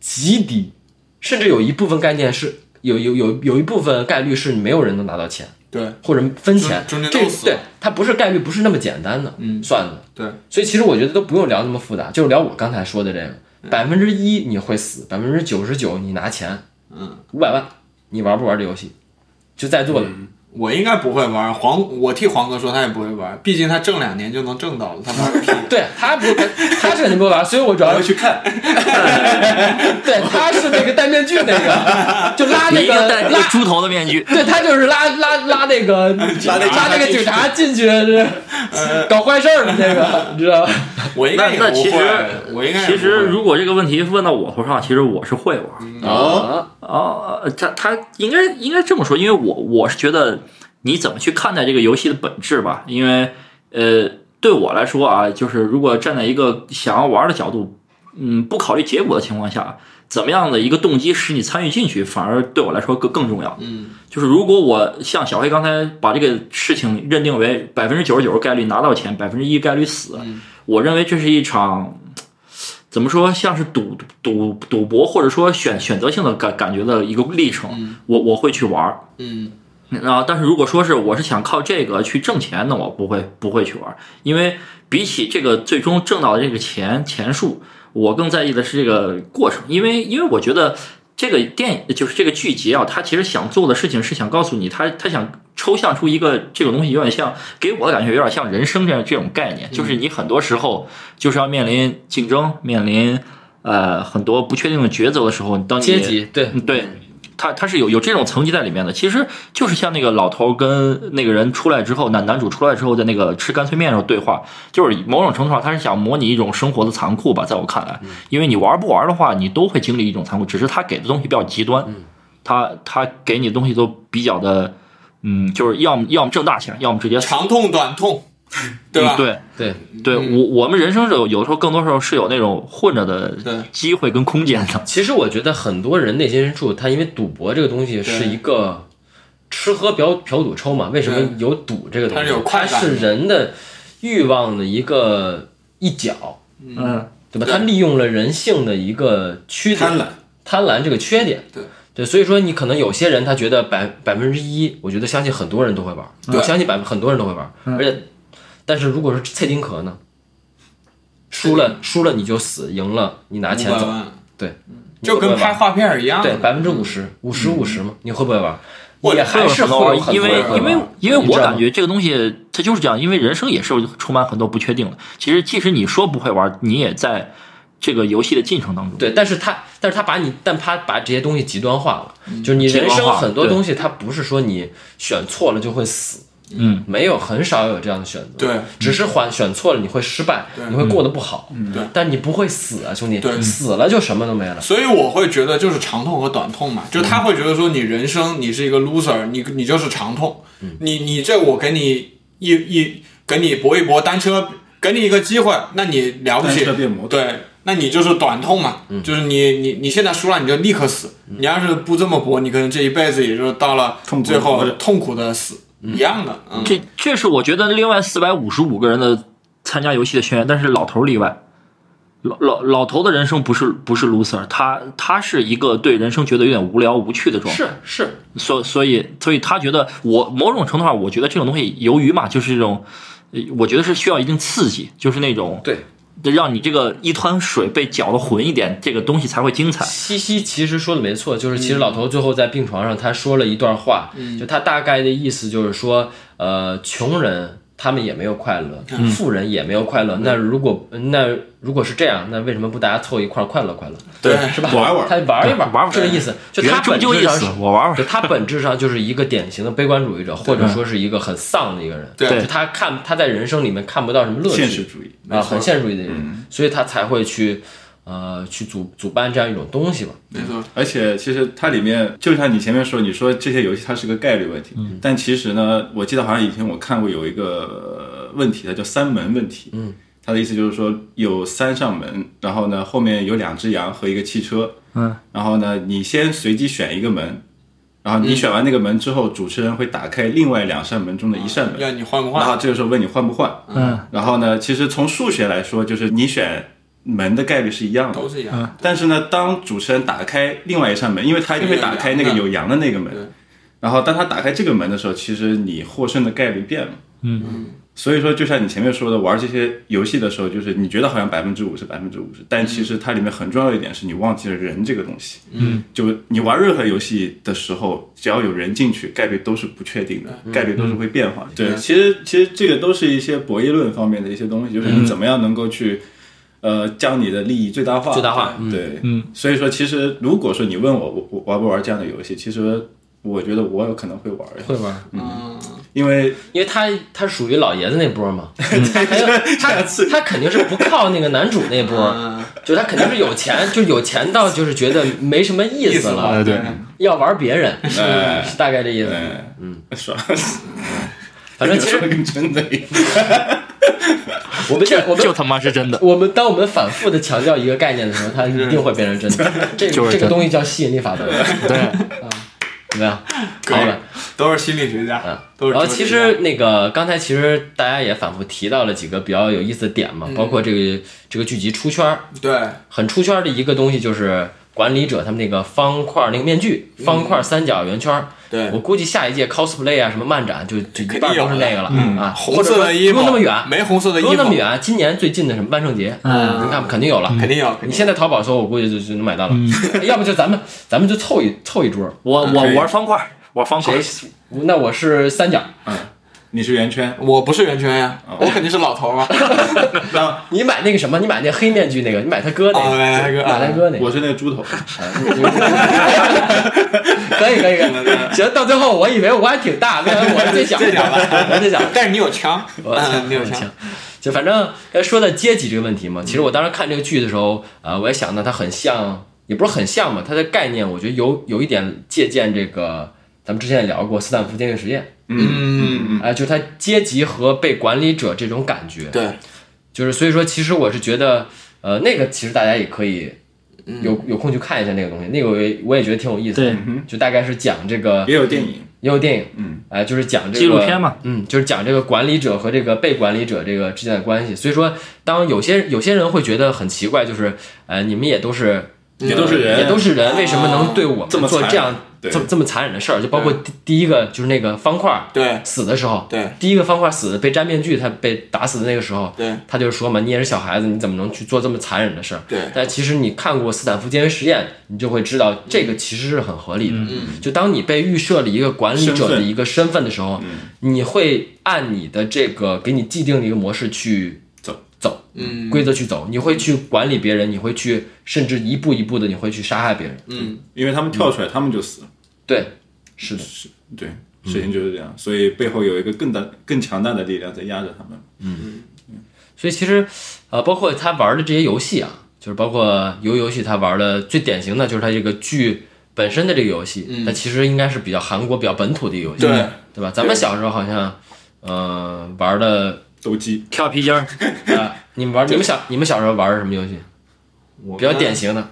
极低，甚至有一部分概念是有有有有一部分概率是没有人能拿到钱
对，
或者分钱，
中中间
这
弄死
对
了
它不是概率，不是那么简单的、
嗯
算的。
对，
所以其实我觉得都不用聊那么复杂，就是聊我刚才说的这个，百分之一你会死，百分之九十九你拿钱，
嗯，
五百万你玩不玩这游戏？就在座的，
我应该不会玩黄，我替黄哥说他也不会玩，毕竟他挣两年就能挣到了，他玩个屁。
对他不，他是肯定不会 玩，所以我主
还
要
会去看，
对他是那个戴面具那 个，就拉
你
那
一定要
个
戴那个
拉
猪头的面具。
对他就是拉拉拉那个拉
那个
那个警察呃进去，是搞坏事儿的那个，你知道吧？
我应
那
该也
那
不
其实
会，我应该也
其实
不会嗯
如果这个问题问到我头上，其实我是会玩儿。
哦，
哦，呃他他应该应该这么说，因为我我是觉得你怎么去看待这个游戏的本质吧，因为呃，对我来说啊，就是如果站在一个想要玩的角度，嗯，不考虑结果的情况下，怎么样的一个动机使你参与进去，反而对我来说更更重要。
嗯，
就是如果我像小黑刚才把这个事情认定为百分之九十九概率拿到钱，百分之一概率死，我认为这是一场怎么说，像是赌赌赌博或者说选选择性的感感觉的一个历程，我我会去玩儿。
嗯
啊，但是如果说是我是想靠这个去挣钱，那我不会不会去玩儿，因为比起这个最终挣到的这个钱钱数，我更在意的是这个过程，因为因为我觉得这个电影就是这个剧集啊，它其实想做的事情是想告诉你，它它想抽象出一个这种东西，有点像给我的感觉有点像人生这样这种概念，就是
嗯
你很多时候就是要面临竞争，面临呃很多不确定的抉择的时候，当你
阶级对
嗯，对，他他是有有这种层级在里面的。其实就是像那个老头跟那个人出来之后，男男主出来之后，在那个吃干脆面的时候对话，就是某种程度上他是想模拟一种生活的残酷吧，在我看来，因为你玩不玩的话，你都会经历一种残酷，只是他给的东西比较极端，他他给你的东西都比较的，嗯，就是要么要么挣大钱，要么直接死，
长痛短痛，对吧？
嗯对。
对，
对我，我们人生是有有的时候，更多时候是有那种混着的
对
机会跟空间的。
其实我觉得很多人内心深处，他因为赌博这个东西是一个吃喝嫖嫖赌抽嘛，为什么
对
有赌这个东
它
西？
是有快感
它是人的欲望的一个一角，
嗯，
对吧？
对
它利用了人性的一个缺点，
贪婪，
贪婪这个缺点。
对
对，所以说你可能有些人他觉得百百分之一，我觉得相信很多人都会玩，我相信百分很多人都会玩，而且，但是如果是蔡丁壳呢，输了输了你就死，赢了你拿钱
500
走，
万
对，
就跟拍画片儿一样
对
的。
百分之五十五十五十嘛，你会不会玩？
我
也还是会有很
因
多
为
人会
因为
玩
因为
你
我
知道吗
感觉这个东西它就是这样，因为人生也是充满很多不确定的。其实即使你说不会玩，你也在这个游戏的进程当中。
对，但是他，但是他把你，但他把这些东西极端化了，就是你人
嗯极
生
端化
很多
对
东西，它不是说你选错了就会死，
嗯，
没有很少有这样的选择，
对，
只是选选错了你会失败，你会过得不好，
嗯
对
但你不会死啊，兄弟，
对
死了就什么都没了，
所以我会觉得就是长痛和短痛嘛，就他会觉得说你人生你是一个 loser，你你就是长痛，你你这我给你一一给你搏一搏单车，给你一个机会，那你了不起
单车变摩，托
对，那你就是短痛嘛，就是你你你现在输了你就立刻死，你要是不这么搏，你可能这一辈子也就到了
痛苦地
最后
活着
痛苦的死一样的，嗯，
这这是我觉得另外四百五十五个人的参加游戏的宣言，但是老头儿例外。老老老头的人生不是不是 loser，他他是一个对人生觉得有点无聊无趣的状态。
是是，
所所以所以他觉得我某种程度上，我觉得这种东西，由于嘛，就是这种，呃我觉得是需要一定刺激，就是那种
对，
让你这个一滩水被搅得浑一点，这个东西才会精彩。
西西其实说的没错，就是其实老头最后在病床上他说了一段话，就他大概的意思就是说，呃，穷人他们也没有快乐，富人也没有快乐。那如果那如果是这样，那为什么不大家凑一块儿快乐快乐？
对
是吧？
玩玩
他玩一玩，
玩玩
这个意思。就他
原著
本
就
质
意
上
思
是，
我玩玩。
对他本质上就是一个典型的悲观主义者，或者说是一个很丧的一个人。
对
就他看他在人生里面看不到什么乐趣，
现实主义。
啊，很现实主义的人，所以他才会去呃去组组办这样一种东西嘛。
没错，
而且其实它里面，就像你前面说，你说这些游戏它是个概率问题，但其实呢，我记得好像以前我看过有一个呃问题，它叫三门问题。嗯，它的意思就是说有三扇门，然后呢后面有两只羊和一个汽车。嗯，然后呢你先随机选一个门，然后你选完那个门之后，主持人会打开另外两扇门中的一扇门。
嗯要你换不
然
换？
后这个时候问你换不换，
嗯，
然后呢，其实从数学来说，就是你选门的概率是一样的
都，是一样。
但是呢，当主持人打开另外一扇门，因为他一定会打开那个有羊的嗯那个
对
门，然后当他打开这个门的时候，其实你获胜的概率变了。嗯，所以说，就像你前面说的，玩这些游戏的时候，就是你觉得好像百分之五十百分之五十，但其实它里面很重要的一点是你忘记了人这个东西。嗯，就你玩任何游戏的时候，只要有人进去，概率都是不确定
嗯
的，概率都是会变化的。对，其实其实这个都是一些博弈论方面的一些东西，
嗯
就是你怎么样能够去。呃，将你的利益最大化，
最大化
对，嗯，所以说，其实如果说你问我我我玩不玩这样的游戏，其实我觉得我有可能会玩，
会玩，
嗯，
因为
因为他他属于老爷子那波嘛，嗯他很有他他肯定是不靠那个男主那
嗯呃
波，就他肯定是有钱，就有钱到就是觉得没什么意思了，
对，
要玩别人，
哎
是大概这意思。
哎， 嗯，爽，
反正其实
说的跟真的一样，
我们现在我们
就他妈是 真的。
我们当我们反复的强调一个概念的时候，它一定会变成真的。这
就
这
是真
个
的
东西叫吸引力法则，
对，
怎么样？
可
好
以
了。
都是心理学家，都是
嗯然
哲学家。
后其实那个刚才其实大家也反复提到了几个比较有意思的点嘛，包括这个这个剧集出圈儿，
对，
很出圈儿的一个东西就是管理者他们那个方块儿那个面具，方块儿三角圆圈儿。
嗯对
我估计下一届 cosplay 啊什么漫展就就一半都是那个了啊，
嗯红色的衣服
不用那么远，
没红色的衣服
不用那么远。今年最近的什么万圣节，
嗯
你看肯定有了，
肯定嗯有肯定有
你现在淘宝搜，我估计就就能买到了。哎要不就咱们咱们就凑一凑一桌，
我
可
我
以
玩方块，玩方块。
谁？那我是三角，
你是圆圈，
我不是圆圈呀，
哦
我肯定是老 头啊。
那
你买那个什么？你买那黑面具那个？你买他哥那
哦
个？
买他哥
买他哥那个
我？是那个猪头，
可以可以可以。行，到最后我以为我还挺大，原来我是最小的，
最小的
我是最小的。
但是你有枪，
我
嗯，你有
我枪，就反正刚才说到阶级这个问题嘛，其实我当时看这个剧的时候，呃，我也想到它很像，也不是很像嘛，它的概念我觉得有有一点借鉴这个，咱们之前也聊过斯坦福监狱实验，
嗯，
啊、就是它阶级和被管理者这种感觉，
对，
就是所以说，其实我是觉得，呃，那个其实大家也可以
嗯
有有空去看一下那个东西，那个我也我也觉得挺有意思的
对，嗯
就大概是讲这个
也有电影，
也有电影，
嗯，
哎、就是讲这个
纪录片嘛，
嗯，就是讲这个管理者和这个被管理者这个之间的关系。所以说，当有些有些人会觉得很奇怪，就是呃，你们也都是呃
也都是人，哦
也都是人，为什么能对我们
这么
做
残
这样
对
这么这么残忍的事儿？就包括第第一个就是那个方块儿
对
死的时候，
对
第一个方块死的被粘面具，他被打死的那个时候，
对
他就说嘛，你也是小孩子，你怎么能去做这么残忍的事儿？
对
但其实你看过斯坦福监狱实验，你就会知道这个其实是很合理的。嗯，就当你被预设了一个管理者的
身份
一个身份的时候，
嗯
你会按你的这个给你既定的一个模式去
走
走，
嗯
规则去走，你会去管理别人，你会去甚至一步一步的你会去杀害别人。
嗯，
因为他们跳出来，他们就死了，
对，是的。
对，
嗯
事情就是这样，所以背后有一个更大、更强大的力量在压着他们。
所以其实，呃，包括他玩的这些游戏啊，就是包括游游戏，他玩的最典型的就是他这个剧本身的这个游戏，它其实应该是比较韩国、比较本土的游戏，
对
对吧？咱们小时候好像，呃，玩的
斗鸡，
跳皮筋儿，
啊，你们玩你们小你们小时候玩的什么游戏？比较典型的，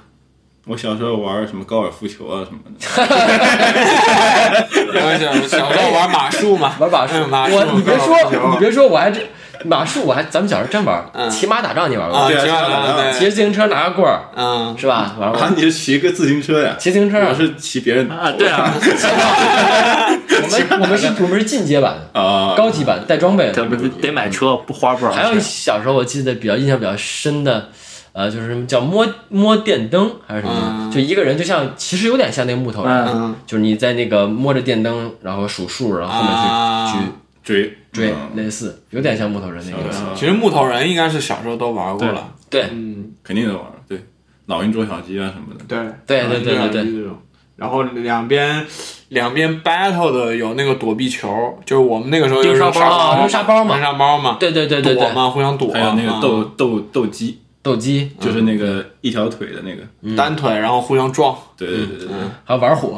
我小时候玩什么高尔夫球啊什么的，
而且小时候玩马术嘛，
玩马术。
嗯马术，
我你别说，你
嗯
别说，我还真马术，我还咱们小时候真玩，
嗯
骑马打仗你玩过？
啊，
对啊
知道了，
骑
对，
着自行车拿个棍儿
嗯，
是吧？玩过
啊，。你是骑一个自行车呀？
骑自行车
我是骑别人的
啊，对 啊，
我们我们是我们是进阶版的，
啊，
高级版带装备的。
得得买车，不花不少钱。
还有小时候我记得比较印象比较深的，呃，就是什么叫摸摸电灯还是什么，
嗯
就一个人就像其实有点像那个木头人，啊
嗯
就是你在那个摸着电灯，然后数数，然后后面去、
啊
去
追嗯
追，类似有点像木头人那个游戏。
啊
其实木头人应该是小时候都玩过了，
对
嗯，
肯定能玩儿。对，老鹰捉小鸡啊什么的。
对，
对对对对对
这种。然后两边两边 battle 的有那个躲避球，就是我们那个时候就是
扔沙包
啊扔沙包嘛
扔沙包嘛，
对对对对
躲
对，
嘛，互相躲，
还有那个斗
啊
斗斗鸡，
斗鸡
就是那个一条腿的那个。
嗯
单腿，然后互相撞，
对对对对对，
还有玩火，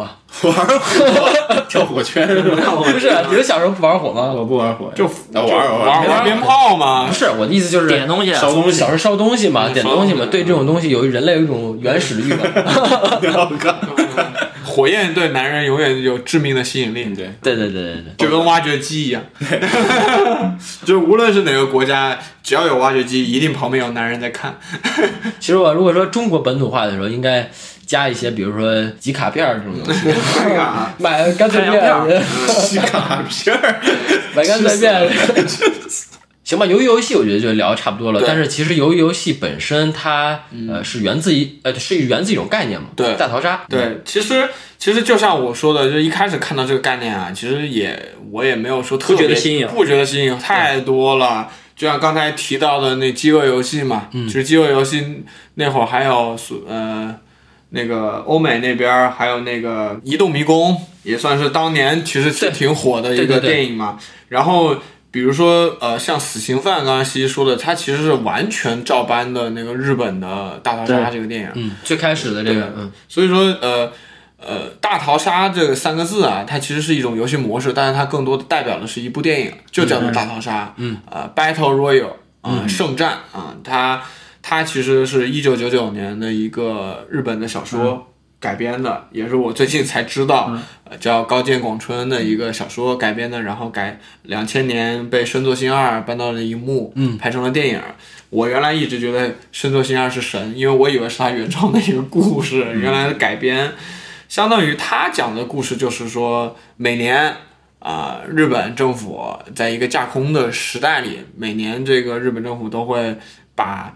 玩火跳火圈是 吧？
不是啊你们小时候不玩火吗？
我哦不玩火，
就
啊玩
玩
儿玩儿
玩鞭炮嘛
不，是我的意思就是
点东西啊，
烧东西
小。时候烧东西嘛，点东西嘛，
嗯
对这种东西有人类有一种原始的欲望。
我靠！
火焰对男人永远有致命的吸引力，
嗯对，
对对对对对，
就跟挖掘机一样， 就是无论是哪个国家，只要有挖掘机，一定旁边有男人在看。
其实我如果说中国本土化的时候，应该加一些，比如说集卡片儿这种东 西，
啊
买干脆面
太阳，
吸卡片儿，
买干脆面。行吧，鱿鱼游戏我觉得就聊得差不多了。
对
但是其实鱿鱼游戏本身它呃是源自于呃是源自一种概念嘛，
对
大逃杀，
对，其实其实就像我说的，就一开始看到这个概念啊，其实也我也没有说特别
不觉得新颖
不觉得新颖太多了。就像刚才提到的那饥饿游戏嘛，其实饥饿游戏那会儿还有所呃那个欧美那边儿还有那个移动迷宫，也算是当年其实是
对
挺火的一
对对
个
对
电影嘛。然后比如说呃像死刑犯，刚才西西说的，它其实是完全照搬的那个日本的大逃杀这个电影。
嗯，最开始的这个
对
嗯
所以说，呃呃，大逃杀这三个字啊，它其实是一种游戏模式，但是它更多的代表的是一部电影，就叫做大逃杀。嗯，呃，Battle Royale 啊、圣战啊、它它其实是一九九九年的一个日本的小说改编的，也是我最近才知道，呃叫高见广春的一个小说改编的，然后改两千年被深作新二搬到了荧幕，嗯，拍成了电影。我原来一直觉得深作新二是神，因为我以为是他原创的一个故事，原来的改编，相当于他讲的故事就是说，每年啊、日本政府在一个架空的时代里，每年这个日本政府都会把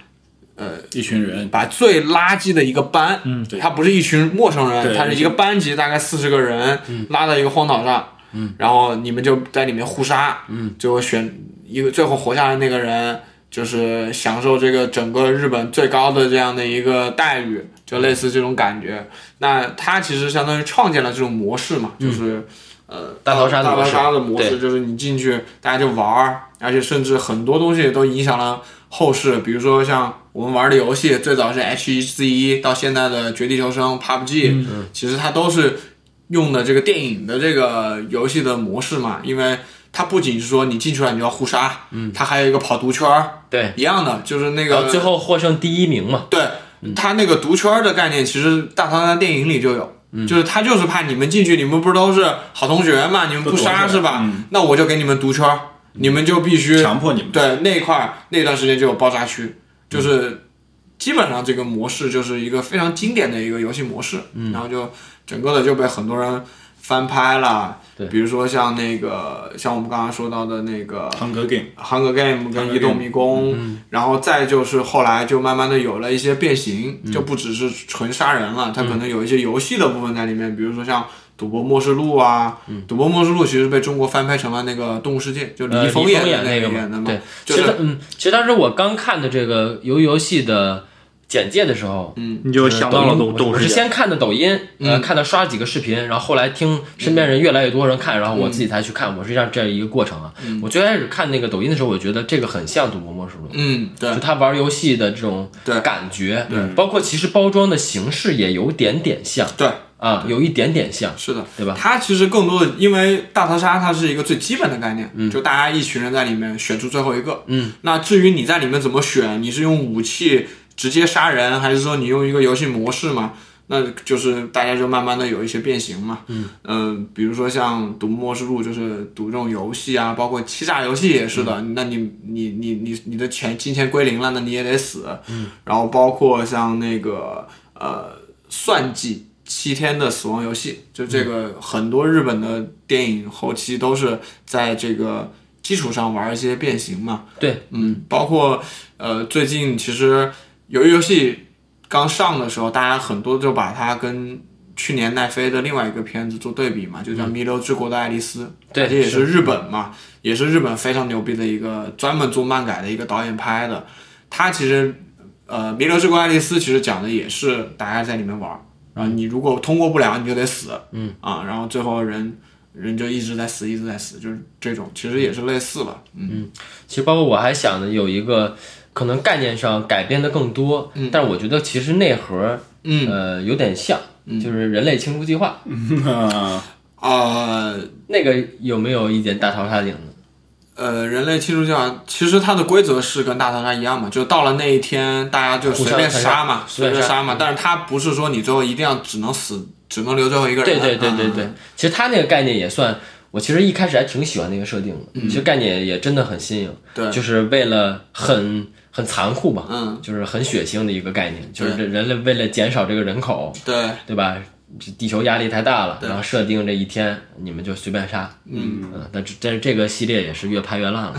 一群人
把最垃圾的一个班，嗯，他不是一群陌生人，
对
他是一个班级，大概四十个人，拉到一个荒岛上，嗯，然后你们就在里面互杀，嗯，最后选一个最后活下来的那个人，就是享受这个整个日本最高的这样的一个待遇，就类似这种感觉。那他其实相当于创建了这种模式嘛，就是。呃，
大逃杀的
大逃
模式
杀的模式
对
就是你进去，大家就玩儿，而且甚至很多东西都影响了后世，比如说像我们玩的游戏，最早是 H 1 Z 一，到现在的《绝地求生》PUBG，、其
嗯
实它都是用的这个电影的这个游戏的模式嘛，因为它不仅是说你进去了你就要互杀，嗯，它还有一个跑毒圈儿，
对，
一样的，就是那
然
个
后最后获胜第一名嘛，
对，
嗯
他那个毒圈儿的概念，其实大唐山电影里就有，
嗯
就是他就是怕你们进去，你们不是都是好同学嘛，你们不杀
躲起来
是吧？那我就给你们毒圈儿，你们就必须
嗯强迫你们。
对那一块儿那段时间就有爆炸区，
嗯
就是基本上这个模式就是一个非常经典的一个游戏模式，
嗯
然后就整个的就被很多人翻拍了。
对
比如说像那个像我们刚刚说到的那个
Hunger
《
Game，
Hunger Game》跟
Hunger
《移动迷宫》然后再就是后来就慢慢的有了一些变形，就不只是纯杀人了，它可能有一些游戏的部分在里面，比如说像《赌博默示录》啊，赌博默示录》其实被中国翻拍成了那个《动物世界》，就
呃，
李易峰
演
的
那
个
嘛
演的嘛
对，，
就
其实
是
嗯，其实当时我刚看的这个游游戏的简介的时候，
你就
呃
想到了
抖音
动动
我
物
是
世界。
先看的抖音，呃，看的刷了几个视频，然后后来听身边人越来越多人看，然后我自己才去看，我是这样这样一个过程啊。我最开始看那个抖音的时候，我觉得这个很像《赌博默示录》。
嗯，对
就，他玩游戏的这种
对
感觉，包括其实包装的形式也有点点像
对，
啊，有一点点像，
是的，
对吧
它其实更多的，因为大逃杀它是一个最基本的概念，就大家一群人在里面选出最后一个，嗯，那至于你在里面怎么选，你是用武器直接杀人，还是说你用一个游戏模式嘛？那就是大家就慢慢的有一些变形嘛，嗯、比如说像赌博示录，就是赌这种游戏啊，包括欺诈游戏也是的。那你你你你你的钱金钱归零了，那你也得死。嗯，然后包括像那个呃算计七天的死亡游戏，就这个很多日本的电影后期都是在这个基础上玩一些变形嘛。
对，
嗯，包括呃最近其实由于游戏刚上的时候，大家很多就把它跟。去年奈飞的另外一个片子做对比嘛，就叫《弥留之国的爱丽丝》，
对
这也是日本嘛，也是日本非常牛逼的一个专门做漫改的一个导演拍的。他其实，呃，《弥留之国的爱丽丝》其实讲的也是大家在里面玩儿，然
嗯
后你如果通过不了，你就得死，嗯啊，然后最后人人就一直在死，一直在死，就是这种，其实也是类似吧，嗯。
其实包括我还想的有一个，可能概念上改变的更多，但是我觉得其实内核，嗯，呃，有点像，就是人类清除计划、
啊，
啊，
那个有没有一点大逃杀的影子？
呃，人类清除计划其实它的规则是跟大逃杀一样嘛，就到了那一天，大家就随便杀嘛，
互相残杀嗯
随便
随
杀
便杀
嘛。但是它不是说你最后一定要只能死，只能留最后一个
对
人。
对对对
嗯
对，，其实他那个概念也算，我其实一开始还挺喜欢那个设定的，其实概念也真的很新颖，
嗯对
就是为了很很残酷嘛，
嗯，
就是很血腥的一个概念，就是这人类为了减少这个人口，
对
对吧？这地球压力太大了，然后设定这一天你们就随便杀，嗯但这但是这个系列也是越拍越烂了，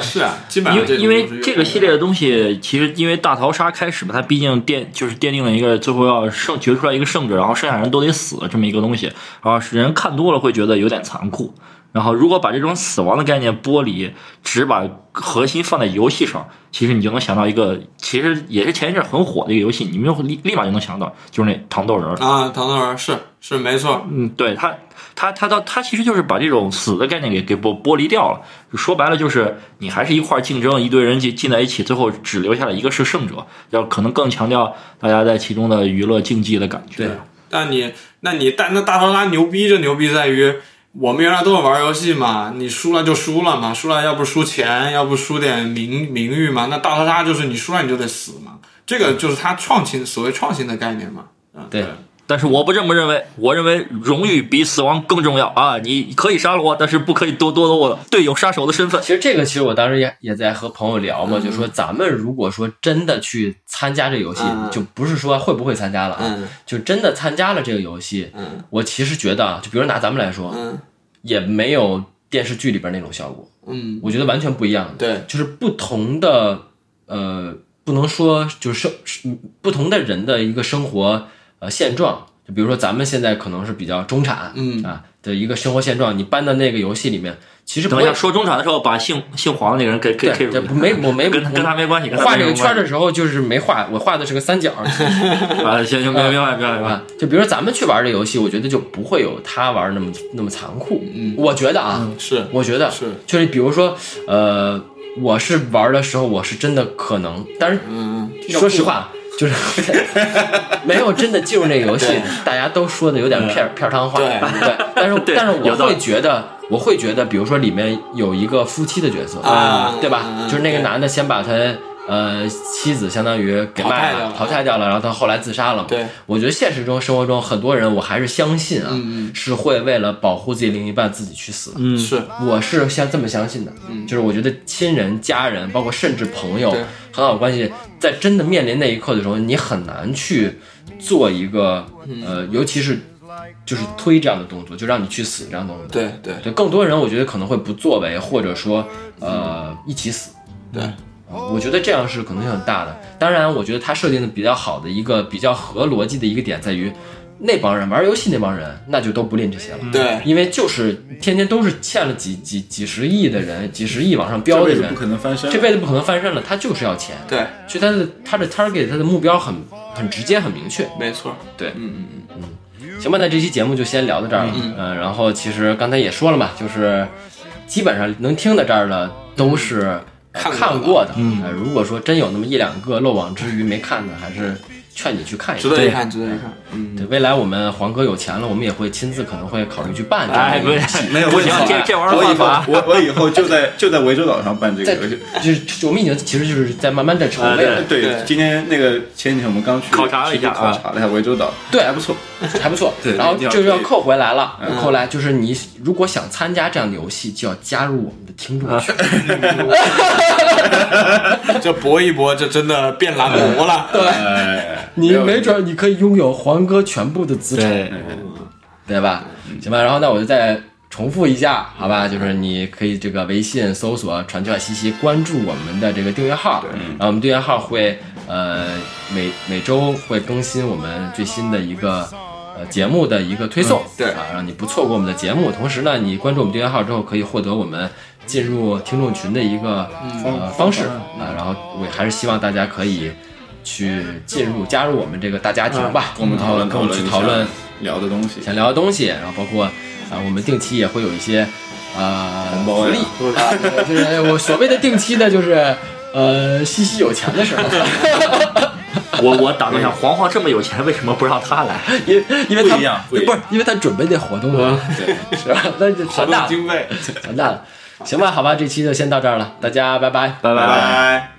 是啊，基本
因
上
为因为这个系列的东西，其实因为大逃杀开始嘛，它毕竟奠就是奠定了一个最后要胜决出来一个胜者，然后剩下人都得死这么一个东西，然后人看多了会觉得有点残酷。然后如果把这种死亡的概念剥离，只把核心放在游戏上，其实你就能想到一个，其实也是前一阵很火的一个游戏，你们就立立马就能想到，就是那糖豆人儿。
啊，糖豆人是是没错，
嗯，对他，他他到他其实就是把这种死的概念给给剥剥离掉了。说白了就是你还是一块儿竞争，一堆人进进在一起，最后只留下了一个是胜者，要可能更强调大家在其中的娱乐竞技的感觉。
对
但你那你但那大逃杀牛逼就牛逼在于。我们原来都是玩游戏嘛，你输了就输了嘛，输了要不输钱，要不输点名名誉嘛。那大逃杀就是你输了你就得死嘛，这个就是它创新所谓创新的概念嘛。嗯，
对
但是我不这么认为，我认为荣誉比死亡更重要啊！你可以杀了我，但是不可以夺夺了我的队友杀手的身份。
其实这个，其实我当时也也在和朋友聊嘛，就说咱们如果说真的去参加这游戏，
嗯
就不是说会不会参加了啊，
嗯
就真的参加了这个游戏，
嗯
我其实觉得啊，就比如拿咱们来说，
嗯
也没有电视剧里边那种效果，
嗯，
我觉得完全不一样的，
对，
就是不同的呃，不能说就是生是不同的人的一个生活呃现状，就比如说咱们现在可能是比较中产，
嗯
啊的一个生活现状，你搬到那个游戏里面，其实不
等
会
一下说中场的时候，把姓姓黄的那个人给给
对，
给
这不没我没
跟跟他没关系。跟
我
他
画
没
这个圈儿
关系
的时候就是没画，我画的是个三角儿
啊，行行，明白明白明白明白
啊。就比如咱们去玩这游戏，我觉得就不会有他玩那么那么残酷。嗯，我觉得啊，
是
我觉得
是
就是比如说，呃，我是玩的时候，我是真的可能，但是
嗯，
说实话，就是 没有真的进入这个游戏，大家都说的有点片儿片儿汤话，
嗯 对
对。但是
对
但是我
有道理
会觉得，我会觉得，比如说里面有一个夫妻的角色
啊
对吧
嗯？嗯
就是那个
对
男的先把他呃妻子相当于给
淘汰
卖
掉了
淘汰掉了，然后他后来自杀了嘛。
对，
我觉得现实中生活中很多人，我还是相信啊，是会为了保护自己另一半自己去死的。
嗯是
我是像这么相信的，就是我觉得亲人、家人，包括甚至朋友
嗯对，
很好的关系，在真的面临那一刻的时候，你很难去做一个
嗯
呃，尤其是就是推这样的动作，就让你去死这样的动作。
对对
对，更多人我觉得可能会不作为，或者说呃一起死。嗯呃
对，
我觉得这样是可能性很大的。当然，我觉得他设定的比较好的一个比较合逻辑的一个点在于，那帮人玩游戏那帮人，那就都不吝这些了。
对
因为就是天天都是欠了几几几十亿的人，几十亿往上
这
飙的
辈子
人
不，可能翻身
这
了。
辈子不可能翻身了。他就是要钱，
对，
所以他的他的 target 他的目标很很直接很明确。
没错，
对
嗯嗯
行吧，那这期节目就先聊到这儿了。嗯、然后其实刚才也说了嘛，就是基本上能听到这儿的都是、呃
看过的
看过的。嗯、如果说真有那么一两个漏网之鱼没看的，还是劝你去看一
嗯，
下
值。得一看，值得一看，嗯，
对，未来我们黄哥有钱了，我们也会亲自可能会考虑去办这
哎，
样
不
的一个。
是，
没有
不
问题
行，这这玩意儿
我以
犯
后
法。
我我以后就在就在涠洲岛上办这
在
个游戏。
就是我们已经其实就是在慢慢在筹备了，
对
对，
今天那个前几天我们刚去
考察了一下
去考察了一下涠洲岛，
对
还不错。
还不错。
对嗯
然后
一定要
就是要
注意
扣回来了，扣来就是你如果想参加这样的游戏，就要加入我们的听
啊
众群。
这搏一搏，这真的变蓝魔了，对，
哎，
你
有
没准儿你可以拥有黄哥全部的资产。
对，
对吧？
嗯
行吧，然后那我就再重复一下，好吧？就是你可以这
嗯
个微信搜索“传教西西”，关注我们的这个订阅号，然后我们订阅号会呃，每每周会更新我们最新的一个呃节目的一个推
嗯
送，
对
啊，让你不错过我们的节目。同时呢，你关注我们订阅号之后，可以获得我们进入听众群的一个、
嗯
呃方式啊。然后我还是希望大家可以去进入加入我们这个大家庭吧，
嗯跟我们
然
讨
后
论
跟我们去
一下
讨论
聊的东西，
想聊的东西，然后包括啊、我们定期也会有一些啊、呃、
包
福利
呀
啊，对就是哎我所谓的定期呢，就是呃西西有钱的时候，
我我打断一下，黄黄这么有钱，为什么不让他来？
因因为他
不一样不
不
一样嗯
是因为他准备那活动啊，
对，
是吧？那就
活
完蛋
动
了，
经费，
完蛋了。行吧，好吧，这期就先到这儿了，大家拜拜。
拜
拜。